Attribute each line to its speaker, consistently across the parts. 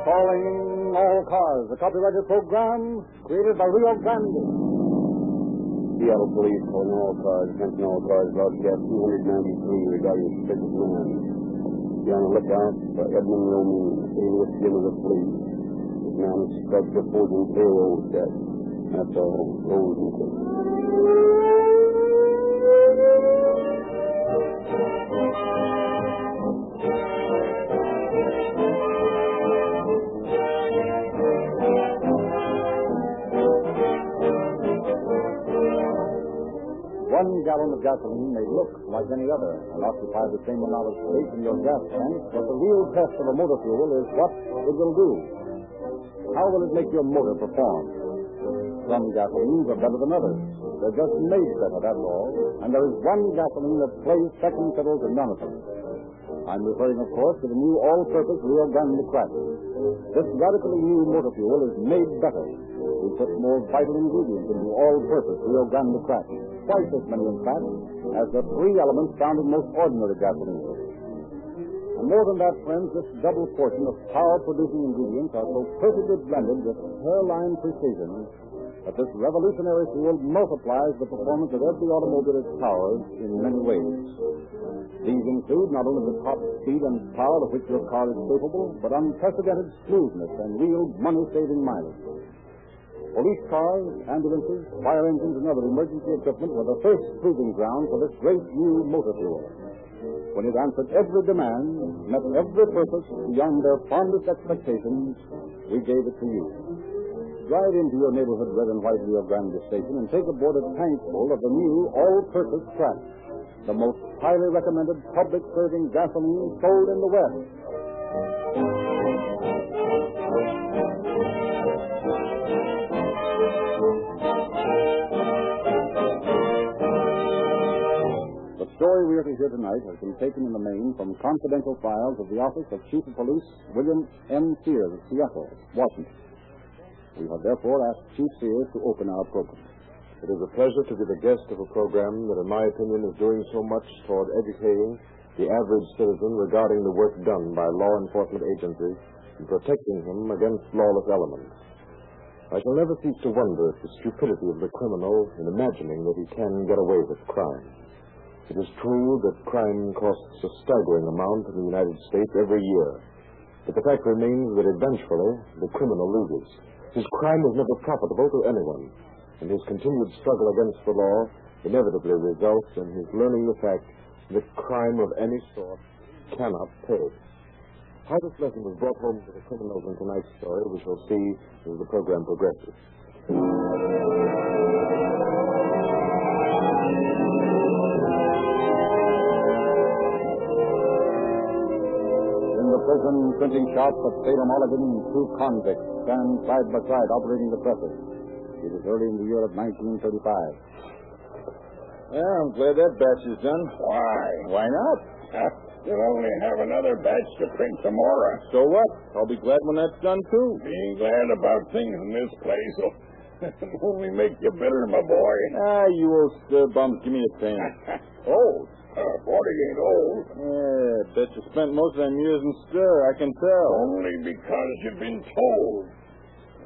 Speaker 1: Calling all cars, a copyrighted program created by Rio Grande.
Speaker 2: Seattle Police calling all cars, attention all cars, broadcast 293 regarding suspicious man. Be on the lookout for Edmund Romaine, alias Jim of the Police. This man is suspected of forging payroll check. That's all. Rolls and quits.
Speaker 1: One gallon of gasoline may look like any other and occupy the same amount of space in your gas tank, but the real test of a motor fuel is what it will do. How will it make your motor perform? Some gasolines are better than others. They're just made better, that's all. And there is one gasoline that plays second fiddle to none of them. I'm referring, of course, to the new all-purpose Rio Grande crack. This radically new motor fuel is made better. We put more vital ingredients into all-purpose Rio Grande crack. Twice as many, in fact, as the three elements found in most ordinary gasoline. And more than that, friends, this double portion of power-producing ingredients are so perfectly blended with hairline precision that this revolutionary fuel multiplies the performance of every automobile it powers in many ways. These include not only the top speed and power of which your car is capable, but unprecedented smoothness and real money-saving mileage. Police cars, ambulances, fire engines, and other emergency equipment were the first proving ground for this great new motor fuel. When it answered every demand, met every purpose beyond their fondest expectations, we gave it to you. Drive into your neighborhood red and white Rio Grande station and take aboard a tankful of the new all-purpose crack, the most highly recommended public-serving gasoline sold in the West. The story we are to hear tonight has been taken in the main from confidential files of the Office of Chief of Police William M. Sears of Seattle, Washington. We have therefore asked Chief Sears to open our program.
Speaker 3: It is a pleasure to be the guest of a program that, in my opinion, is doing so much toward educating the average citizen regarding the work done by law enforcement agencies in protecting him against lawless elements. I shall never cease to wonder at the stupidity of the criminal in imagining that he can get away with crime. It is true that crime costs a staggering amount in the United States every year, but the fact remains that eventually the criminal loses. His crime is never profitable to anyone, and his continued struggle against the law inevitably results in his learning the fact that crime of any sort cannot pay. How this lesson was brought home to the criminals in tonight's story, we shall see as the program progresses.
Speaker 1: In the prison printing shop of Salem, Oregon, two convicts stand side by side operating the presses. It is early in the year of 1935.
Speaker 4: Yeah, I'm glad that batch is done.
Speaker 5: Why?
Speaker 4: Why not?
Speaker 5: You'll only have another batch to print tomorrow.
Speaker 4: So what? I'll be glad when that's done, too.
Speaker 5: Being glad about things in this place will only make you bitter, my boy.
Speaker 4: Ah, you old stir bum, give me a pen.
Speaker 5: old? Uh, 48 old.
Speaker 4: Yeah, bet you spent most of them years in stir, I can tell.
Speaker 5: Only because you've been told.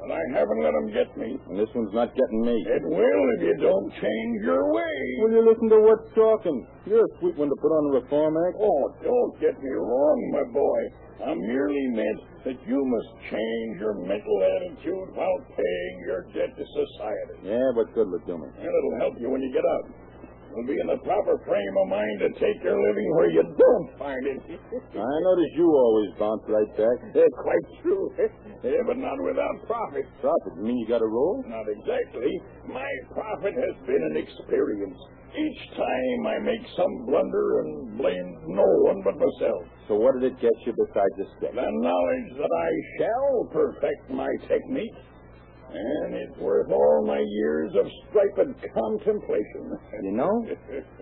Speaker 5: And I haven't let 'em get me.
Speaker 4: And this one's not getting me.
Speaker 5: It will if you don't change your
Speaker 4: Will
Speaker 5: ways.
Speaker 4: you listen to what's talking? You're a sweet one to put on the Reform Act.
Speaker 5: Oh, don't get me wrong, my boy. I merely meant that you must change your mental attitude while paying your debt to society.
Speaker 4: Yeah, but good will it do me?
Speaker 5: And it'll help you when you get out. You'll be in the proper frame of mind to take your living where you don't find it.
Speaker 4: I notice you always bounce right back.
Speaker 5: That's quite true. yeah, but not without profit.
Speaker 4: Profit, you mean you got a roll?
Speaker 5: Not exactly. My profit has been an experience. Each time I make some blunder and blame no one but myself.
Speaker 4: So what did it get you besides a stick?
Speaker 5: The knowledge that I shall perfect my technique, and it's worth all my years of striped contemplation.
Speaker 4: You know,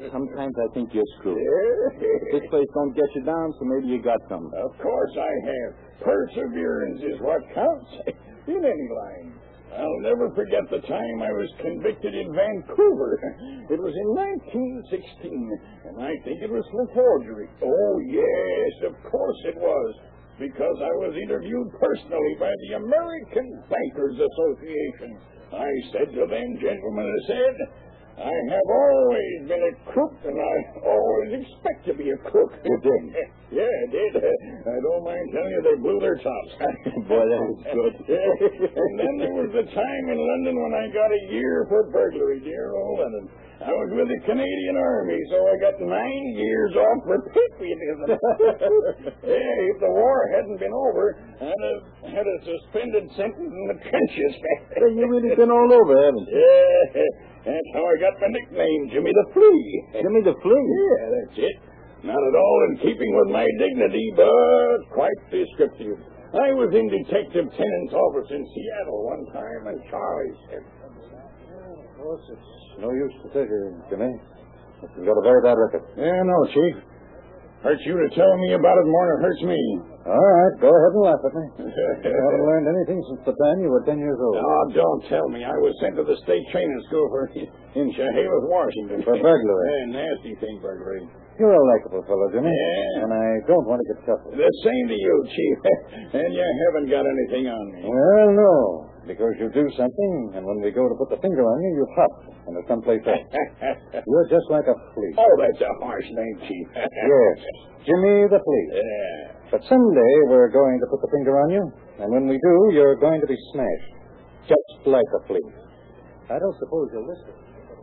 Speaker 4: sometimes I think you're screwed.
Speaker 5: yeah.
Speaker 4: This place don't get you down, so maybe you got something.
Speaker 5: Of course I have. Perseverance is what counts in any line. I'll never forget the time I was convicted in Vancouver. It was in 1916, and I think it was for forgery. Oh, yes, of course it was, because I was interviewed personally by the American Bankers Association. I said to them, gentlemen, I said, I have always been a crook, and I always expect to be a crook.
Speaker 6: You did.
Speaker 5: yeah, I did. I don't mind telling you, they blew their tops.
Speaker 6: Boy, that was
Speaker 5: and then there was a time in London when I got a year for burglary, dear old London. I was with the Canadian Army, so I got nine years off for patriotism. hey, if the war hadn't been over, I'd have had a suspended sentence in the trenches.
Speaker 3: You've really been all over, haven't you?
Speaker 5: yeah, that's how I got my nickname, Jimmy the Flea.
Speaker 3: Jimmy the Flea.
Speaker 5: Yeah, that's it. Not at all in keeping with my dignity, but quite descriptive. I was in Detective Tennant's office in Seattle one time, and Charlie said,
Speaker 6: No use to take her, Jimmy. You've got a very bad record.
Speaker 5: Yeah, no,
Speaker 6: Oh,
Speaker 5: Chief. Hurts you to tell me about it more than it hurts me.
Speaker 6: All right, go ahead and laugh at me. You haven't
Speaker 5: oh,
Speaker 6: learned anything since the time you were 10 years old.
Speaker 5: don't tell me. I was sent to the state training school for in Chehalis, Washington.
Speaker 6: For burglary.
Speaker 5: Yeah, nasty thing, burglary.
Speaker 6: You're a likable fellow, Jimmy.
Speaker 5: Yeah.
Speaker 6: And I don't want to get shuffled.
Speaker 5: The same to you, Chief. and you haven't got anything on me.
Speaker 6: Well, no. Because you do something, and when we go to put the finger on you, you pop into someplace else. You're just like a flea.
Speaker 5: oh, that's a harsh name, Chief.
Speaker 6: Yes. Jimmy the flea.
Speaker 5: Yeah.
Speaker 6: But someday we're going to put the finger on you, and when we do, you're going to be smashed. Just like a flea. I don't suppose you'll listen.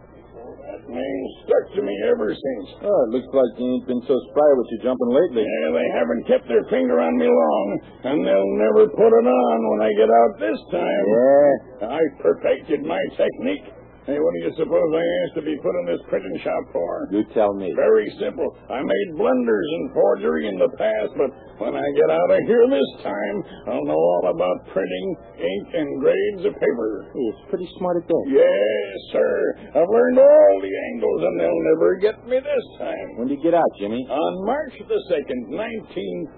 Speaker 5: That name stuck to me ever since.
Speaker 3: Oh, it looks like you ain't been so spry with you jumping lately.
Speaker 5: Yeah, they haven't kept their finger on me long, and they'll never put it on when I get out this time.
Speaker 6: Yeah.
Speaker 5: I perfected my technique. Hey, what do you suppose I asked to be put in this prison shop for?
Speaker 3: You tell me.
Speaker 5: Very simple. I made blunders and forgery in the past, but when I get out of here this time, I'll know all about printing, ink, and grades of paper.
Speaker 3: Hey, it's pretty smart at that.
Speaker 5: Yes, sir. I've learned all the angles, and they'll never get me this time.
Speaker 3: When do you get out, Jimmy?
Speaker 5: On March the 2nd,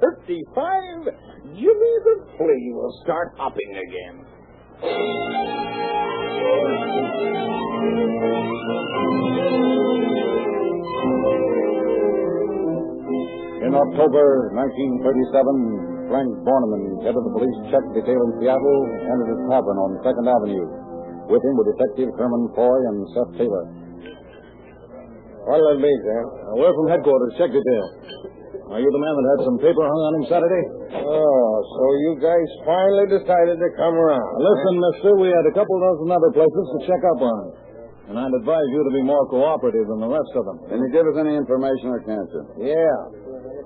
Speaker 5: 1935, Jimmy the Flea will start hopping again.
Speaker 1: In October 1937, Frank Borneman, head of the police check detail in Seattle, entered a tavern on 2nd Avenue. With him were Detective Herman Foy and Seth Taylor. What'll that be, sir? we're from headquarters, check detail. Are you the man that had some paper hung on him Saturday?
Speaker 7: Oh, so you guys finally decided to come around.
Speaker 1: Listen, mister, we had a couple dozen other places to check up on. And I'd advise you to be more cooperative than the rest of them.
Speaker 7: Can you give us any information or can't you?
Speaker 1: Yeah.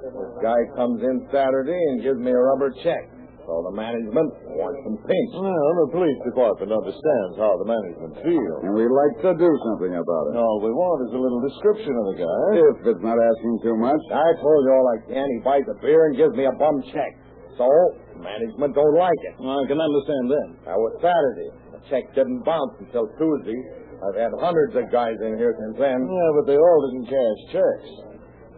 Speaker 7: This guy comes in Saturday and gives me a rubber check. So the management wants some pinch.
Speaker 6: Well, the police department understands
Speaker 5: Oh,
Speaker 6: how the management feels.
Speaker 7: And we'd like to do something about it.
Speaker 6: All we want is a little description of the guy.
Speaker 7: If it's not asking too much.
Speaker 1: I told you all I can. He buys a beer and gives me a bum check. So, management don't like it.
Speaker 6: I can understand that.
Speaker 1: Now, it's Saturday. The check didn't bounce until Tuesday. I've had hundreds of guys in here since then.
Speaker 6: Yeah, but they all didn't cash checks.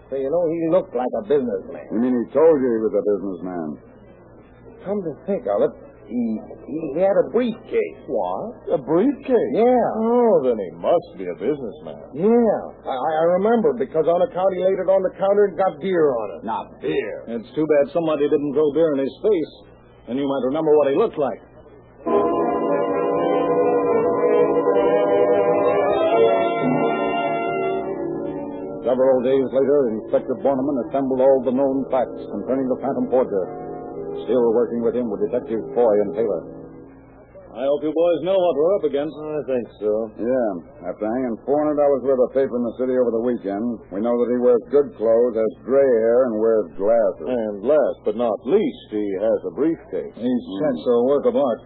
Speaker 1: Say, you know, he looked like a businessman.
Speaker 7: You mean he told you he was a businessman?
Speaker 1: Come to think of it, he, he had a briefcase. What?
Speaker 6: A briefcase?
Speaker 1: Yeah.
Speaker 6: Oh, then he must be a businessman.
Speaker 1: Yeah. I, I I remember because on account he laid it on the counter and got beer on it.
Speaker 7: Not beer.
Speaker 1: It's too bad somebody didn't throw beer in his face. And you might remember what he looked like. Several days later, Inspector Borneman assembled all the known facts concerning the Phantom Forger. Still working with him were Detectives Foy and Taylor.
Speaker 3: I hope you boys know what we're up against.
Speaker 6: I think so.
Speaker 7: Yeah. After hanging four hundred hours worth of paper in the city over the weekend, we know that he wears good clothes, has gray hair, and wears glasses.
Speaker 6: And last but not least, he has a briefcase.
Speaker 1: These checks are a work of art.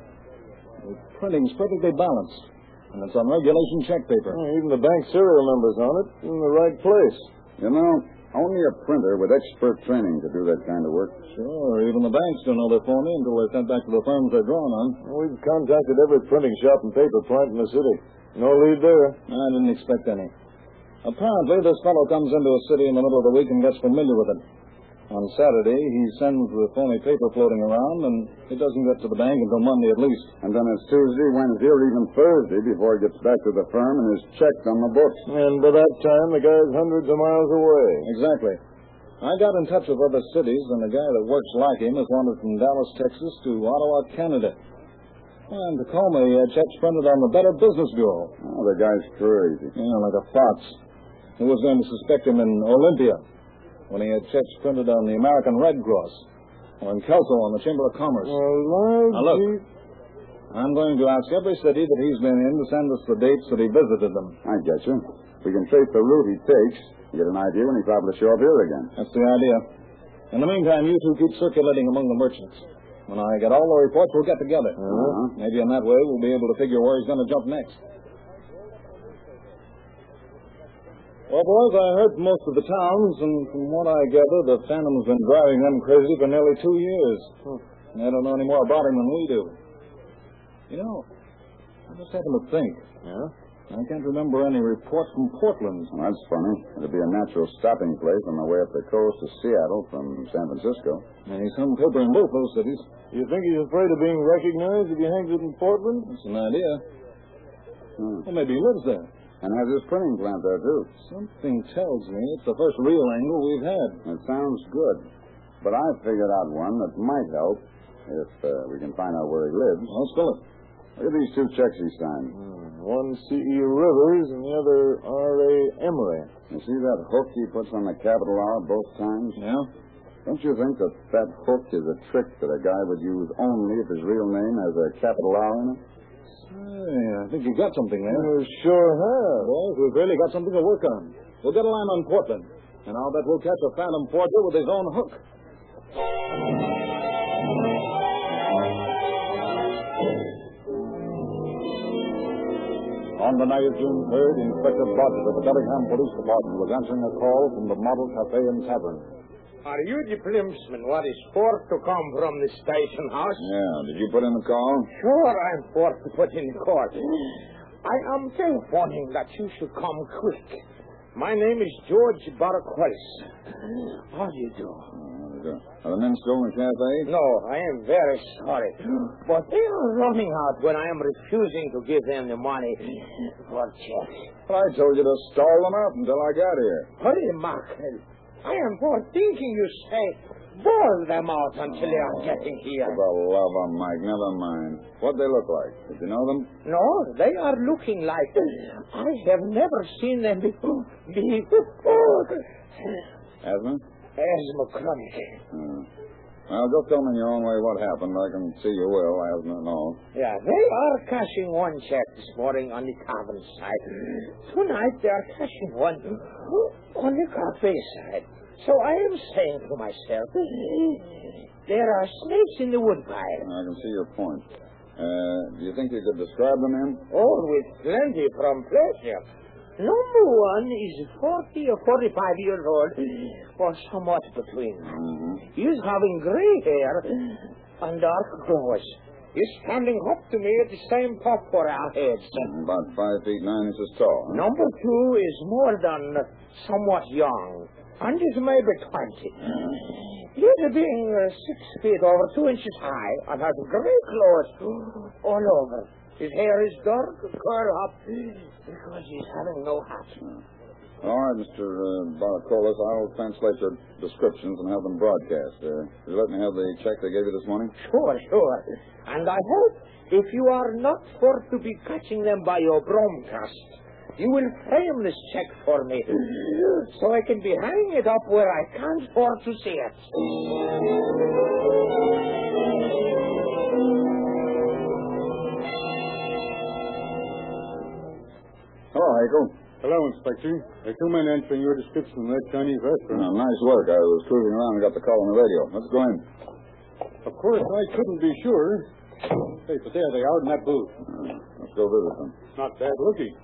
Speaker 1: The printing's perfectly balanced, and it's on regulation check paper.
Speaker 6: Well, Even the bank serial number's on it, in the right place.
Speaker 7: You know, only a printer with expert training could do that kind of work.
Speaker 1: Sure, even the banks don't know they're phony until they're sent back to the firms they're drawn on.
Speaker 6: We've contacted every printing shop and paper plant in the city. No lead there.
Speaker 1: I didn't expect any. Apparently, this fellow comes into a city in the middle of the week and gets familiar with it. On Saturday, he sends the phony paper floating around, and it doesn't get to the bank until Monday at least.
Speaker 5: And then it's Tuesday, Wednesday, or even Thursday before it gets back to the firm and is checked on the books.
Speaker 3: And by that time, the guy's hundreds of miles away.
Speaker 1: Exactly. I got in touch with other cities, and the guy that works like him is wanted from Dallas, Texas to Ottawa, Canada. And Tacoma, he had checks printed on the Better Business Bureau.
Speaker 5: Oh, the guy's crazy.
Speaker 1: Yeah, like a fox. Who was going to suspect him in Olympia when he had checks printed on the American Red Cross or in Kelso on the Chamber of Commerce?
Speaker 3: Alive,
Speaker 1: Now, look. I'm going to ask every city that he's been in to send us the dates that he visited them.
Speaker 5: I get you. We can trace the route he takes, get an idea when he probably show up here again.
Speaker 1: That's the idea. In the meantime, you two keep circulating among the merchants. When I get all the reports, we'll get together.
Speaker 5: Uh-huh.
Speaker 1: Maybe in that way we'll be able to figure where he's going to jump next. Well, boys, I heard from most of the towns, and from what I gather, the Phantom's been driving them crazy for nearly two years. And they don't know any more about him than we do. You know, I just happened to think.
Speaker 3: Yeah?
Speaker 1: I can't remember any report from Portland.
Speaker 5: Well, that's funny. It'd be a natural stopping place on the way up the coast to Seattle from San Francisco.
Speaker 1: Maybe some paper in both those cities.
Speaker 3: You think he's afraid of being recognized if he hangs it in Portland?
Speaker 1: That's an idea.
Speaker 5: Hmm.
Speaker 1: Well, maybe he lives there.
Speaker 5: And has his printing plant there, too.
Speaker 1: Something tells me it's the first real angle we've had.
Speaker 5: It sounds good. But I figured out one that might help if uh, we can find out where he lives.
Speaker 1: Well, Let's fill it.
Speaker 5: Look at these two checks he signed.
Speaker 3: Hmm, One C.E. Rivers and the other R.A. Emery.
Speaker 5: You see that hook he puts on the capital R both times?
Speaker 1: Yeah?
Speaker 5: Don't you think that that hook is a trick that a guy would use only if his real name has a capital R in it?
Speaker 1: Say, I think you got something there.
Speaker 3: You sure have.
Speaker 1: Boys, we've really got something to work on. We'll get a line on Portland, and I'll bet we'll catch a phantom forger with his own hook.
Speaker 8: On the night of June 3rd, Inspector Bodger of the Bellingham Police Department was answering a call from the Model Cafe and Tavern.
Speaker 9: Are you the policeman what is forced to come from the station house?
Speaker 5: Yeah. Did you put in the call?
Speaker 9: Sure, I'm forced to put in court. I am telephoning that you should come quick. My name is George Barquez. How do you do?
Speaker 1: Oh,
Speaker 5: Are the men still in the cafe?
Speaker 9: No, I am very sorry. But they are running out when I am refusing to give them the money for checks.
Speaker 5: Well, I told you to stall them out until I got here.
Speaker 9: Hurry, Markel. I am for thinking you say, boil them out until they are getting here.
Speaker 5: For the love of Mike, never mind. What they look like? Did you know them?
Speaker 9: No, they are looking like I have never seen them before. before.
Speaker 5: Asthma?
Speaker 9: Asthma chronic.
Speaker 5: Hmm. Well, just tell me in your own way what happened. I can see you will, asthma and all.
Speaker 9: Yeah, they are cashing one check this morning on the tavern side. Tonight they are cashing one on the cafe side. So I am saying to myself, there are snakes in the woodpile.
Speaker 5: I can see your point. Uh, do you think you could describe them in?
Speaker 9: All with plenty from pleasure. Number one is 40 or 45 years old, or somewhat between.
Speaker 5: Mm-hmm.
Speaker 9: He is having gray hair and dark clothes. He's standing up to me at the same top for our heads.
Speaker 5: Mm-hmm. About five feet nine inches tall. huh?
Speaker 9: Number two is more than somewhat young, and is maybe twenty.
Speaker 5: Mm-hmm.
Speaker 9: He is being uh, six feet over two inches high and has gray clothes all over. His hair is dark, curled up, because he's having no hat.
Speaker 5: All right, Mr. Uh, Baracolas, I'll translate your descriptions and have them broadcast. Uh, you let me have the check they gave you this morning?
Speaker 9: Sure, sure. And I hope if you are not forced to be catching them by your broadcast, you will frame this check for me so I can be hanging it up where I can't afford to see it.
Speaker 5: Hello,
Speaker 1: Oh,
Speaker 5: Hakel.
Speaker 1: Hello, Inspector. There are two men answering your description of that Chinese restaurant.
Speaker 5: Uh, nice work. I was cruising around and got the call on the radio. Let's go in.
Speaker 1: Of course, I couldn't be sure. Hey, but there they are in that booth.
Speaker 5: Uh, Let's go visit them.
Speaker 1: Not bad looking.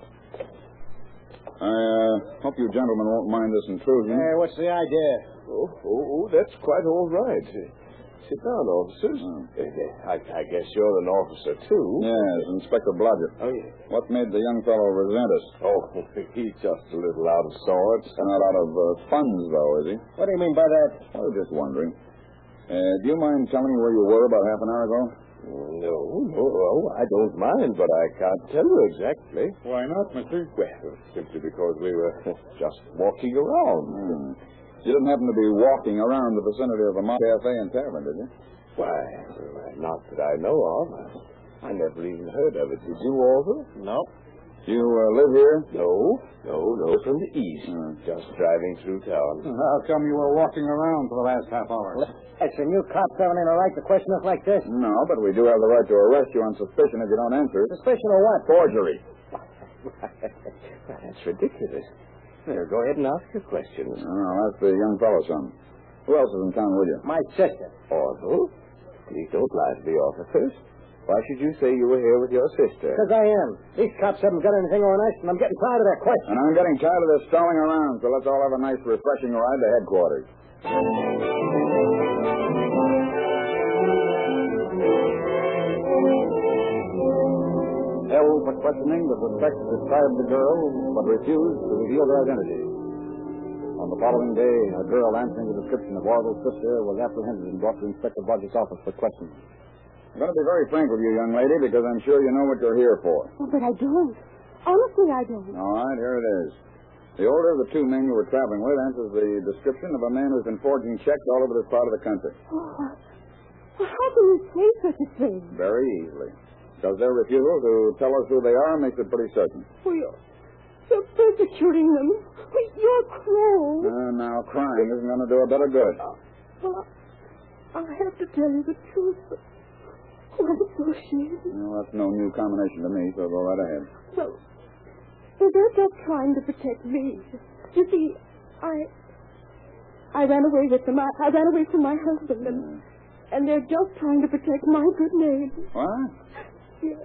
Speaker 5: I uh, hope you gentlemen won't mind this intrusion.
Speaker 1: what's the idea?
Speaker 3: Oh, oh, oh, that's quite all right. Sit down, officers. Hmm. I, I guess you're an officer, too.
Speaker 5: Yes, Inspector Blodgett.
Speaker 3: Oh, yeah.
Speaker 5: What made the young fellow resent us?
Speaker 3: Oh, he's just a little out of sorts.
Speaker 5: Not out of uh, funds, though, is he?
Speaker 1: What do you mean by that?
Speaker 5: I was just wondering. Uh, do you mind telling me where you were about half an hour ago?
Speaker 3: No, no, oh, I don't mind, but I can't tell you exactly.
Speaker 5: Why not, mister?
Speaker 3: Well, simply because we were just walking around.
Speaker 5: Hmm. You didn't happen to be walking around the vicinity of the Mont Cafe and Tavern, did you?
Speaker 3: Why, not that I know of. I never even heard of it. Did you, Walter?
Speaker 5: No. You uh, live here?
Speaker 3: No, no, no, from the east.
Speaker 5: Hmm.
Speaker 3: Just driving through town.
Speaker 5: How come you were walking around for the last half hour?
Speaker 1: That's a new cop coming in a right to question us like this.
Speaker 5: No, but we do have the right to arrest you on suspicion if you don't answer.
Speaker 1: Suspicion of what?
Speaker 5: Forgery.
Speaker 3: That's ridiculous. There, go ahead and ask your questions.
Speaker 5: Oh, that's the young fellow, son. Who else is in town with you?
Speaker 1: My sister.
Speaker 3: Orville, please don't lie to the officers. Why should you say you were here with your sister?
Speaker 1: Because I am. These cops haven't got anything on us, and I'm getting tired of their questions.
Speaker 5: And I'm getting tired of this stalling around, so let's all have a nice, refreshing ride to headquarters.
Speaker 10: held for questioning that suspect described the girl, but refused to reveal their identity. On the following day, a girl answering the description of Orville's sister was apprehended and brought to Inspector Blodgett's office for questioning.
Speaker 5: I'm going to be very frank with you, young lady, because I'm sure you know what you're here for.
Speaker 11: Oh, but I don't. Honestly, I don't.
Speaker 5: All right, here it is. The older of the two men you were traveling with answers the description of a man who's been forging checks all over this part of the country.
Speaker 11: Oh, well, how can you say such a thing?
Speaker 5: Very easily. Because their refusal to tell us who they are makes it pretty certain.
Speaker 11: Well, you're, you're persecuting them. Well, You're cruel.
Speaker 5: Uh, now, crying isn't going to do a bit of good.
Speaker 11: Well, I I have to tell you the truth, but oh, I'm so ashamed.
Speaker 5: Well, that's no new combination to me, so go right ahead.
Speaker 11: Well, well, they're just trying to protect me. You see, I I ran away with them. I, I ran away from my husband, and and they're just trying to protect my good name.
Speaker 5: What?
Speaker 11: Yes.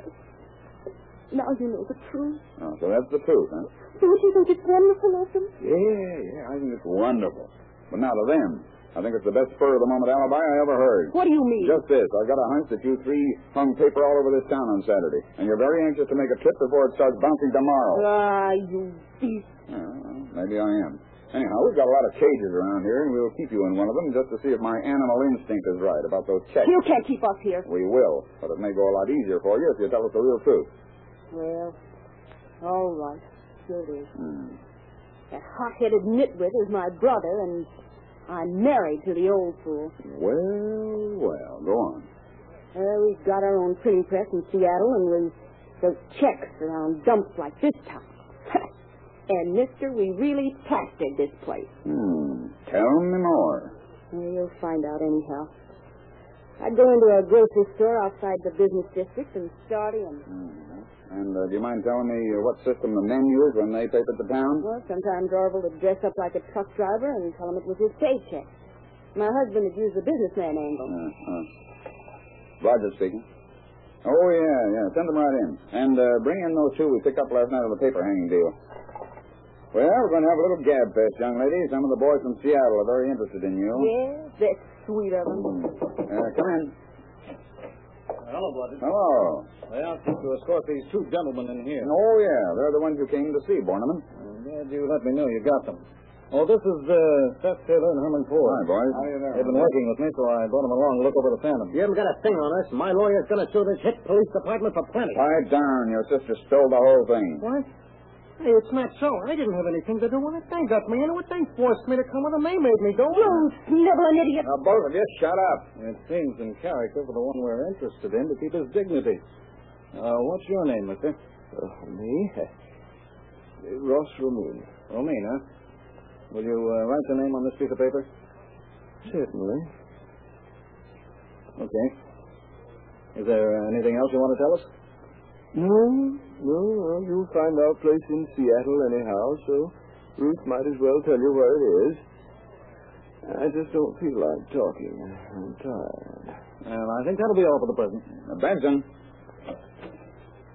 Speaker 11: Now you know the truth.
Speaker 5: Oh, so that's the truth, huh?
Speaker 11: Don't you think it's wonderful of them?
Speaker 5: Yeah, yeah, I think it's wonderful. But now to them. I think it's the best spur of the moment alibi I ever heard.
Speaker 11: What do you mean?
Speaker 5: Just this. I've got a hunch that you three hung paper all over this town on Saturday, and you're very anxious to make a trip before it starts bouncing tomorrow.
Speaker 11: Ah, you beast.
Speaker 5: Yeah, well, maybe I am. Anyhow, we've got a lot of cages around here, and we'll keep you in one of them just to see if my animal instinct is right about those checks.
Speaker 11: You can't keep us here.
Speaker 5: We will, but it may go a lot easier for you if you tell us the real truth.
Speaker 11: Well, all right. Here it is.
Speaker 5: Hmm.
Speaker 11: That hot-headed nitwit is my brother, and I'm married to the old fool.
Speaker 5: Well, well, go on.
Speaker 11: Well, Uh, we've got our own printing press in Seattle, and we wrote checks around dumps like this town. and, mister, we really plastered this place.
Speaker 5: Hmm. Tell me more.
Speaker 11: Well, you'll find out anyhow. I go into a grocery store outside the business district and start in.
Speaker 5: Hmm. And uh, do you mind telling me uh, what system the men use when they paper the town?
Speaker 11: Well, sometimes Orville would dress up like a truck driver and tell him it was his paycheck. My husband would use the businessman angle.
Speaker 5: Uh-huh. Roger speaking. Oh, yeah, yeah. Send them right in. And uh, bring in those two we picked up last night on the paper hanging deal. Well, we're going to have a little gab fest, young lady. Some of the boys from Seattle are very interested in you.
Speaker 1: Oh,
Speaker 11: Yes, that's sweet of him.
Speaker 5: Uh, come in.
Speaker 1: Hello, brother.
Speaker 5: Hello.
Speaker 1: They asked us to escort these two gentlemen in here.
Speaker 5: Oh, yeah. They're the ones you came to see, Borneman.
Speaker 1: I'm glad you let me know you got them. Oh, this is uh, Seth Taylor and Herman Ford.
Speaker 5: Hi, boys.
Speaker 1: They've been working with me, so I brought them along to look over the phantom.
Speaker 12: You haven't got a thing on us. My lawyer's going to sue this hit police department for plenty.
Speaker 5: Quiet down. Your sister stole the whole thing.
Speaker 12: What? Hey, it's not so. I didn't have anything to do with it. They got me into it. They forced me to come with them. They made me go.
Speaker 11: You sniveling idiot.
Speaker 5: Now, both of you, shut up.
Speaker 1: It seems in character for the one we're interested in to keep his dignity. Uh, what's your name, mister?
Speaker 3: Oh, me? Ross Ramin.
Speaker 1: Romaine, huh? Will you uh, write your name on this piece of paper?
Speaker 3: Certainly.
Speaker 1: Okay. Is there uh, anything else you want to tell us?
Speaker 3: No, no, well, you'll find our place in Seattle anyhow, so Ruth might as well tell you where it is. I just don't feel like talking. I'm tired.
Speaker 1: And I think that'll be all for the present.
Speaker 5: Now, Benson,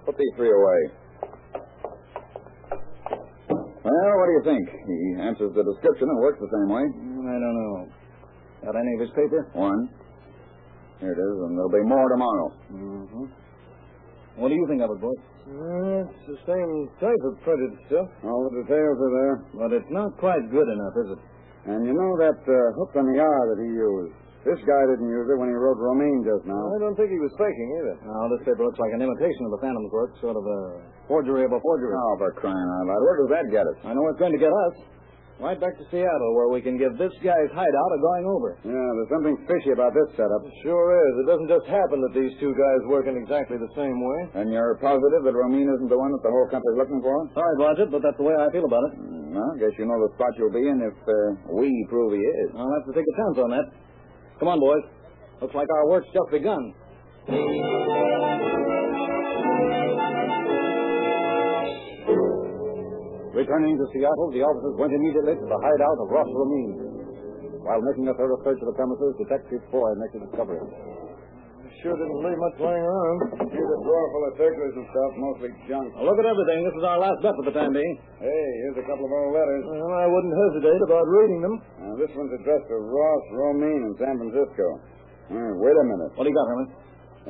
Speaker 5: put these three away. Well, what do you think? He answers the description and works the same way.
Speaker 1: I don't know. Got any of his paper?
Speaker 5: One.
Speaker 1: Here it is, and there'll be more tomorrow.
Speaker 5: Mm-hmm. What do you think of it, boy?
Speaker 3: it's the same type of printed stuff.
Speaker 1: All the details are there.
Speaker 5: But it's not quite good enough, is it?
Speaker 1: And you know that uh, hook on the eye that he used? This guy didn't use it when he rode Romaine just now.
Speaker 3: I don't think he was faking either.
Speaker 5: Now, this paper looks like an imitation of the Phantom's work, sort of a forgery of a forgery.
Speaker 1: Oh, for crying out loud. Where does that get us?
Speaker 5: I know it's going to get us. Right back to Seattle, where we can give this guy's hideout a going over.
Speaker 1: Yeah, there's something fishy about this setup.
Speaker 3: Sure is. It doesn't just happen that these two guys work in exactly the same way.
Speaker 1: And you're positive that Romaine isn't the one that the whole country's looking for?
Speaker 5: Sorry, Blodgett, but that's the way I feel about it.
Speaker 1: Mm, Well, guess you know the spot you'll be in if uh, we prove he is.
Speaker 5: I'll have to take a chance on that. Come on, boys. Looks like our work's just begun.
Speaker 13: Returning to Seattle, the officers went immediately to the hideout of Ross Ramin. While making a thorough search of the premises, Detective Foy makes a discovery.
Speaker 3: Sure didn't leave much lying around.
Speaker 1: Here's a drawer full of circulars and stuff, mostly junk.
Speaker 5: Now look at everything. This is our last bet for the time being.
Speaker 1: Hey, here's a couple of old letters.
Speaker 3: Well, I wouldn't hesitate about reading them.
Speaker 1: Uh, this one's addressed to Ross Romaine in San Francisco. Hmm, wait a minute.
Speaker 5: What do you got, Herman?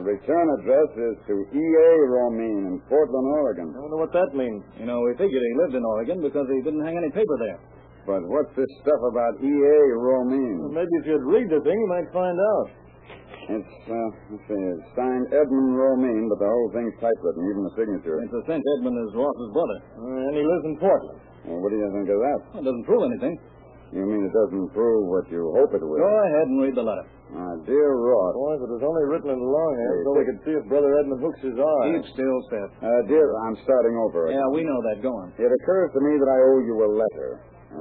Speaker 1: The return address is to E.A. Romaine in Portland, Oregon.
Speaker 5: I wonder what that means. You know, we figured he lived in Oregon because he didn't hang any paper there.
Speaker 1: But what's this stuff about E E.A. Romaine?
Speaker 3: Maybe if you'd read the thing, you might find out.
Speaker 1: It's, uh, let's see, it's signed Edmund Romaine, but the whole thing's typewritten, even the signature.
Speaker 5: It's a cinch Edmund is Ross's brother.
Speaker 3: Uh, and he lives in Portland.
Speaker 1: Well, what do you think of that?
Speaker 5: Well, it doesn't prove anything.
Speaker 1: You mean it doesn't prove what you hope it
Speaker 5: Go
Speaker 1: will?
Speaker 5: ahead and read the letter.
Speaker 1: My dear Ross.
Speaker 3: Boy, if it was only written in longhand,
Speaker 1: Hey,
Speaker 3: so we could see if Brother Edmund hooks his eye.
Speaker 5: Keep still, Seth.
Speaker 1: Uh, dear, I'm starting over.
Speaker 5: Yeah, we know that. Go on.
Speaker 1: It occurs to me that I owe you a letter.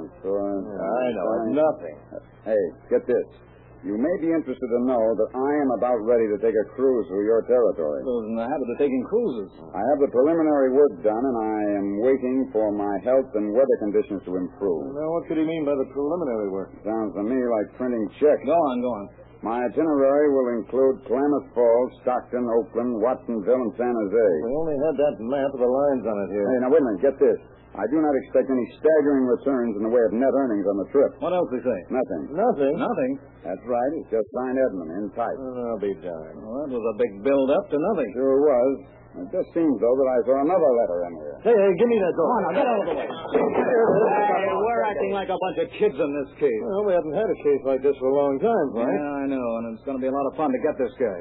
Speaker 1: And so I...
Speaker 3: Oh, I know, it's nothing.
Speaker 1: Hey, get this. You may be interested to know that I am about ready to take a cruise through your territory.
Speaker 5: Those in the habit of taking cruises.
Speaker 1: I have the preliminary work done, and I am waiting for my health and weather conditions to improve.
Speaker 3: Now, what could he mean by the preliminary work?
Speaker 1: Sounds to me like printing checks.
Speaker 5: Go on, go on.
Speaker 1: My itinerary will include Klamath Falls, Stockton, Oakland, Watsonville, and San Jose.
Speaker 3: We only had that map with the lines on it here.
Speaker 1: Hey, now wait a minute. Get this. I do not expect any staggering returns in the way of net earnings on the trip.
Speaker 5: What else they say?
Speaker 1: Nothing.
Speaker 3: Nothing.
Speaker 5: Nothing.
Speaker 1: That's right. It's just signed Edmund in type.
Speaker 3: Well, I'll be darned.
Speaker 5: Well, that was a big build-up to nothing.
Speaker 1: Sure was. It just seems, though, that I saw another letter in here.
Speaker 3: Hey, hey, give me that door.
Speaker 5: now, get out of the way. we're acting like a bunch of kids in this case.
Speaker 3: Well, we haven't had a case like this for a long time, Frank.
Speaker 5: Yeah, I know, and it's going to be a lot of fun to get this guy.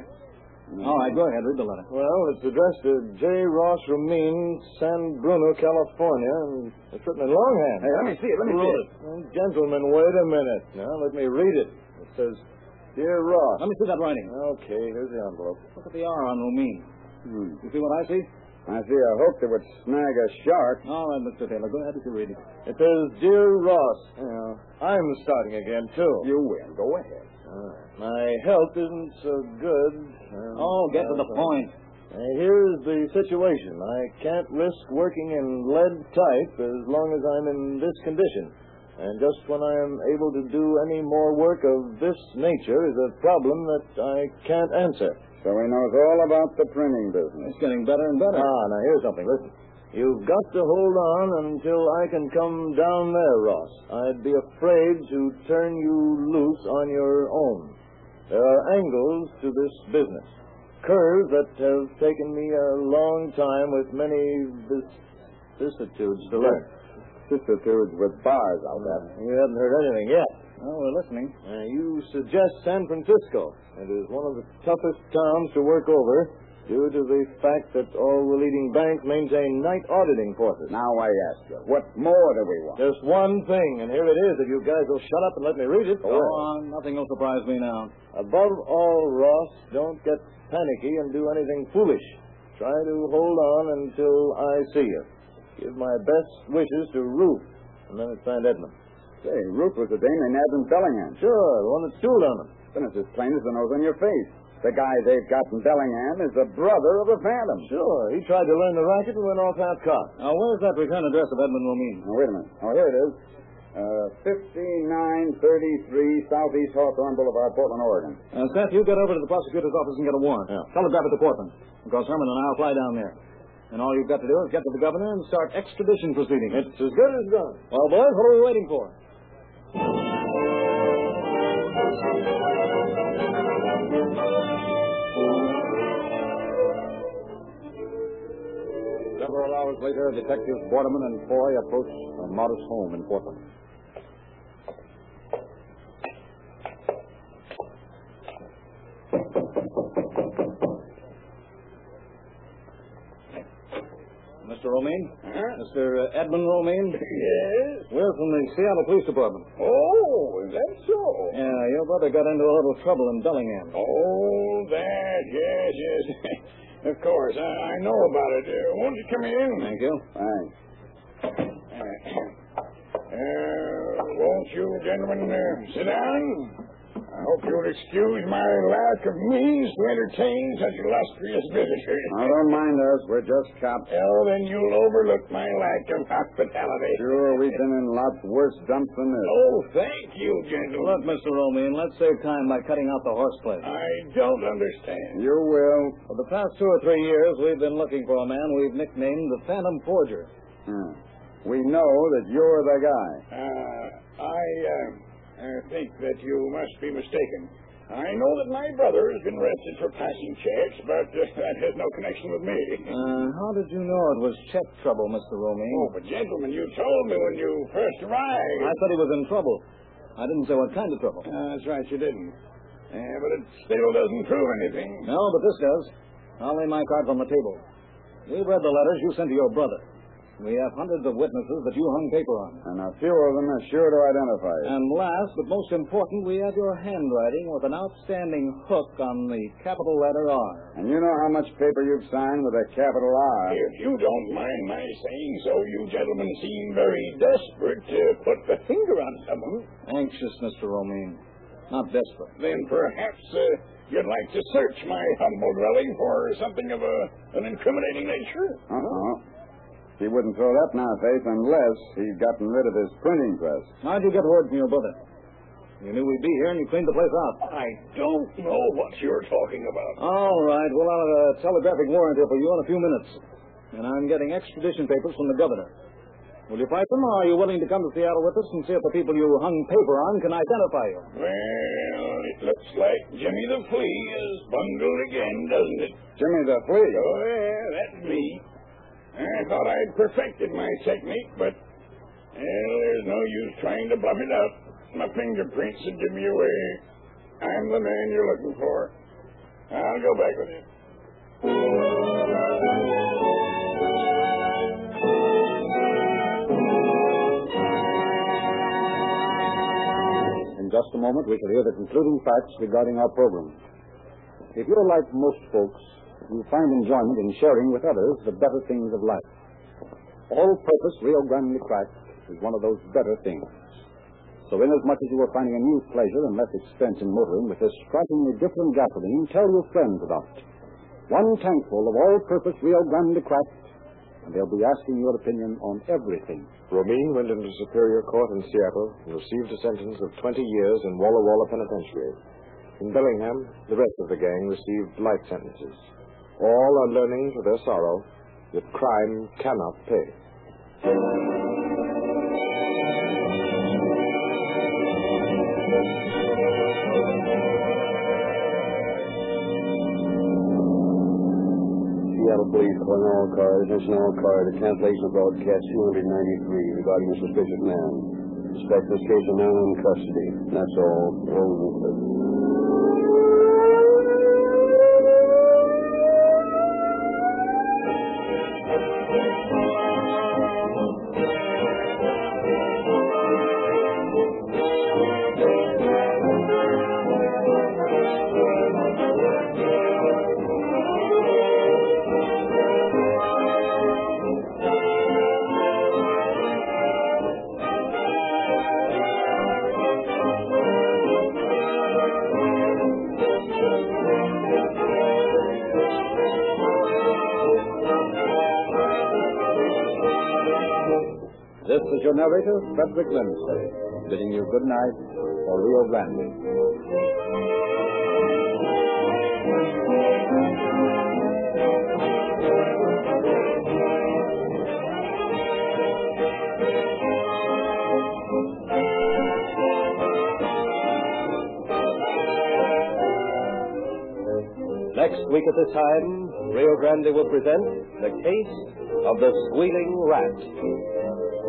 Speaker 5: All right, go ahead, read the letter.
Speaker 3: Well, it's addressed to J. Ross Ramin, San Bruno, California, and it's written in longhand.
Speaker 1: Hey, let me see it. Let me see it.
Speaker 3: Well, Gentlemen, wait a minute. Now, let me read it. It says, Dear Ross.
Speaker 5: Let me see that writing.
Speaker 3: Okay, here's the envelope.
Speaker 5: Look at the R on Romaine.
Speaker 1: Hmm.
Speaker 5: You see what I see?
Speaker 1: I see a hook that would snag a shark.
Speaker 5: All right, Mr. Taylor, go ahead if you read it.
Speaker 3: It says, Dear Ross. Yeah, I'm starting again, too.
Speaker 1: You win. Go ahead.
Speaker 3: My health isn't so good. and-
Speaker 5: Oh, get to the point.
Speaker 3: Uh, here's the situation. I can't risk working in lead type as long as I'm in this condition. And just when I am able to do any more work of this nature is a problem that I can't answer.
Speaker 1: So he knows all about the printing business.
Speaker 5: It's getting better and better.
Speaker 3: Ah, now here's something. Listen. You've got to hold on until I can come down there, Ross. I'd be afraid to turn you loose on your own. There are angles to this business. Curves that have taken me a long time with many vis- vicissitudes to learn.
Speaker 1: Vicissitudes with bars out there.
Speaker 3: You haven't heard anything yet.
Speaker 5: Well, Oh, we're listening.
Speaker 3: Uh, you suggest San Francisco. It is one of the toughest towns to work over due to the fact that all the leading banks maintain night auditing forces.
Speaker 1: Now I ask you, what more do we want?
Speaker 3: Just one thing, and here it is. If you guys will shut up and let me read it.
Speaker 5: Go on. Nothing will surprise me now.
Speaker 3: Above all, Ross, don't get panicky and do anything foolish. Try to hold on until I see you. Give my best wishes to Ruth. And then it's signed Edmund.
Speaker 1: Say, Ruth was the dame they nabbed in Bellingham.
Speaker 3: Sure, the one that stooled on him.
Speaker 1: Then it's as plain as the nose on your face. The guy they've got in Bellingham is the brother of the Phantom.
Speaker 3: Sure, he tried to learn the racket and went off half cocked.
Speaker 5: Now, where's that return address of Edmund Romaine?
Speaker 1: Now, wait a minute. Oh, here it is. Uh, 5933 Southeast Hawthorne Boulevard, Portland, Oregon.
Speaker 5: Uh, Seth, you get over to the prosecutor's office and get a warrant. Telegraph it to Portland, because Herman and I will fly down there. And all you've got to do is get to the governor and start extradition proceedings.
Speaker 3: It's as good as done.
Speaker 5: Well, boys, what are we waiting for?
Speaker 14: Several hours later, Detectives Borderman and Foy approached a modest home in Portland.
Speaker 1: Mr. Romaine?
Speaker 5: Huh?
Speaker 1: Mr. Edmund Romaine?
Speaker 5: Yes?
Speaker 1: We're from the Seattle Police Department.
Speaker 5: Oh, is that so?
Speaker 1: Yeah, your brother got into a little trouble in Bellingham.
Speaker 5: Oh, that, yes, yes. of course, I, I know about it. Uh, won't you come in?
Speaker 1: Thank you.
Speaker 2: Thanks.
Speaker 5: Uh, uh, won't you, gentlemen, uh, sit down? I hope you'll excuse my lack of means to entertain such illustrious visitors.
Speaker 2: Now, don't mind us. We're just cops.
Speaker 5: Well, then you'll overlook my lack of hospitality.
Speaker 2: Sure, we've been in lots worse dumps than this.
Speaker 5: Oh, thank you, gentlemen.
Speaker 1: Look, Mr. Romaine, let's save time by cutting out the horseplay.
Speaker 5: I don't understand.
Speaker 2: You will.
Speaker 1: For the past two or three years, we've been looking for a man we've nicknamed the Phantom Forger.
Speaker 2: Hmm. We know that you're the guy.
Speaker 5: Uh, I uh, uh, think that you must be mistaken. I know that my brother has been arrested for passing checks, but uh, that has no connection with me.
Speaker 1: Uh, how did you know it was check trouble, Mr.
Speaker 5: Oh,
Speaker 1: Romaine?
Speaker 5: but gentlemen, you told me when you first arrived.
Speaker 1: I said he was in trouble. I didn't say what kind of trouble.
Speaker 5: Uh, that's right, you didn't. Uh, but it still doesn't prove anything.
Speaker 1: No, but this does. I'll lay my cards on the table. We've read the letters you sent to your brother. We have hundreds of witnesses that you hung paper on.
Speaker 2: And a few of them are sure to identify you.
Speaker 1: And last, but most important, we have your handwriting with an outstanding hook on the capital letter R.
Speaker 2: And you know how much paper you've signed with a capital R.
Speaker 5: If you don't mind my saying so, you gentlemen seem very desperate to put the finger on someone.
Speaker 1: Anxious, Mr. Romaine. Not desperate.
Speaker 5: Then perhaps uh, you'd like to search my humble dwelling for something of a, an incriminating nature.
Speaker 2: Uh-uh. He wouldn't throw that in our face unless he'd gotten rid of his printing press.
Speaker 1: How'd you get word from your brother? You knew we'd be here and you cleaned the place out.
Speaker 5: I don't know what you're talking about.
Speaker 1: All right, we'll have a telegraphic warrant here for you in a few minutes. And I'm getting extradition papers from the governor. Will you fight them, or are you willing to come to Seattle with us and see if the people you hung paper on can identify you?
Speaker 5: Well, it looks like Jimmy the Flea is bungled again, doesn't it?
Speaker 2: Jimmy the Flea.
Speaker 5: Oh, yeah, that's me. I thought I'd perfected my technique, but well, there's no use trying to bluff it up. My fingerprints would give me away. I'm the man you're looking for. I'll go back with you.
Speaker 14: In just a moment, we shall hear the concluding facts regarding our program. If you're like most folks, you find enjoyment in sharing with others the better things of life. All-purpose Rio Grande crack is one of those better things. So inasmuch as you are finding a new pleasure and less expense in motoring with this strikingly different gasoline, tell your friends about it. One tankful of all-purpose Rio Grande crack, and they'll be asking your opinion on everything.
Speaker 3: Romine went into Superior Court in Seattle and received a sentence of 20 years in Walla Walla Penitentiary. In Bellingham, the rest of the gang received life sentences. All are learning to their sorrow that crime cannot pay.
Speaker 2: Seattle Police on all cars, attention all cars, the cancellation of broadcast 293 regarding a suspicious man. Suspect in this case are now in custody. That's all. Rolls and clips.
Speaker 14: This is your narrator, Frederick Lindsay, bidding you good night for Rio Grande.
Speaker 1: Next week at this time, Rio Grande will present The Case of the Squealing Rat.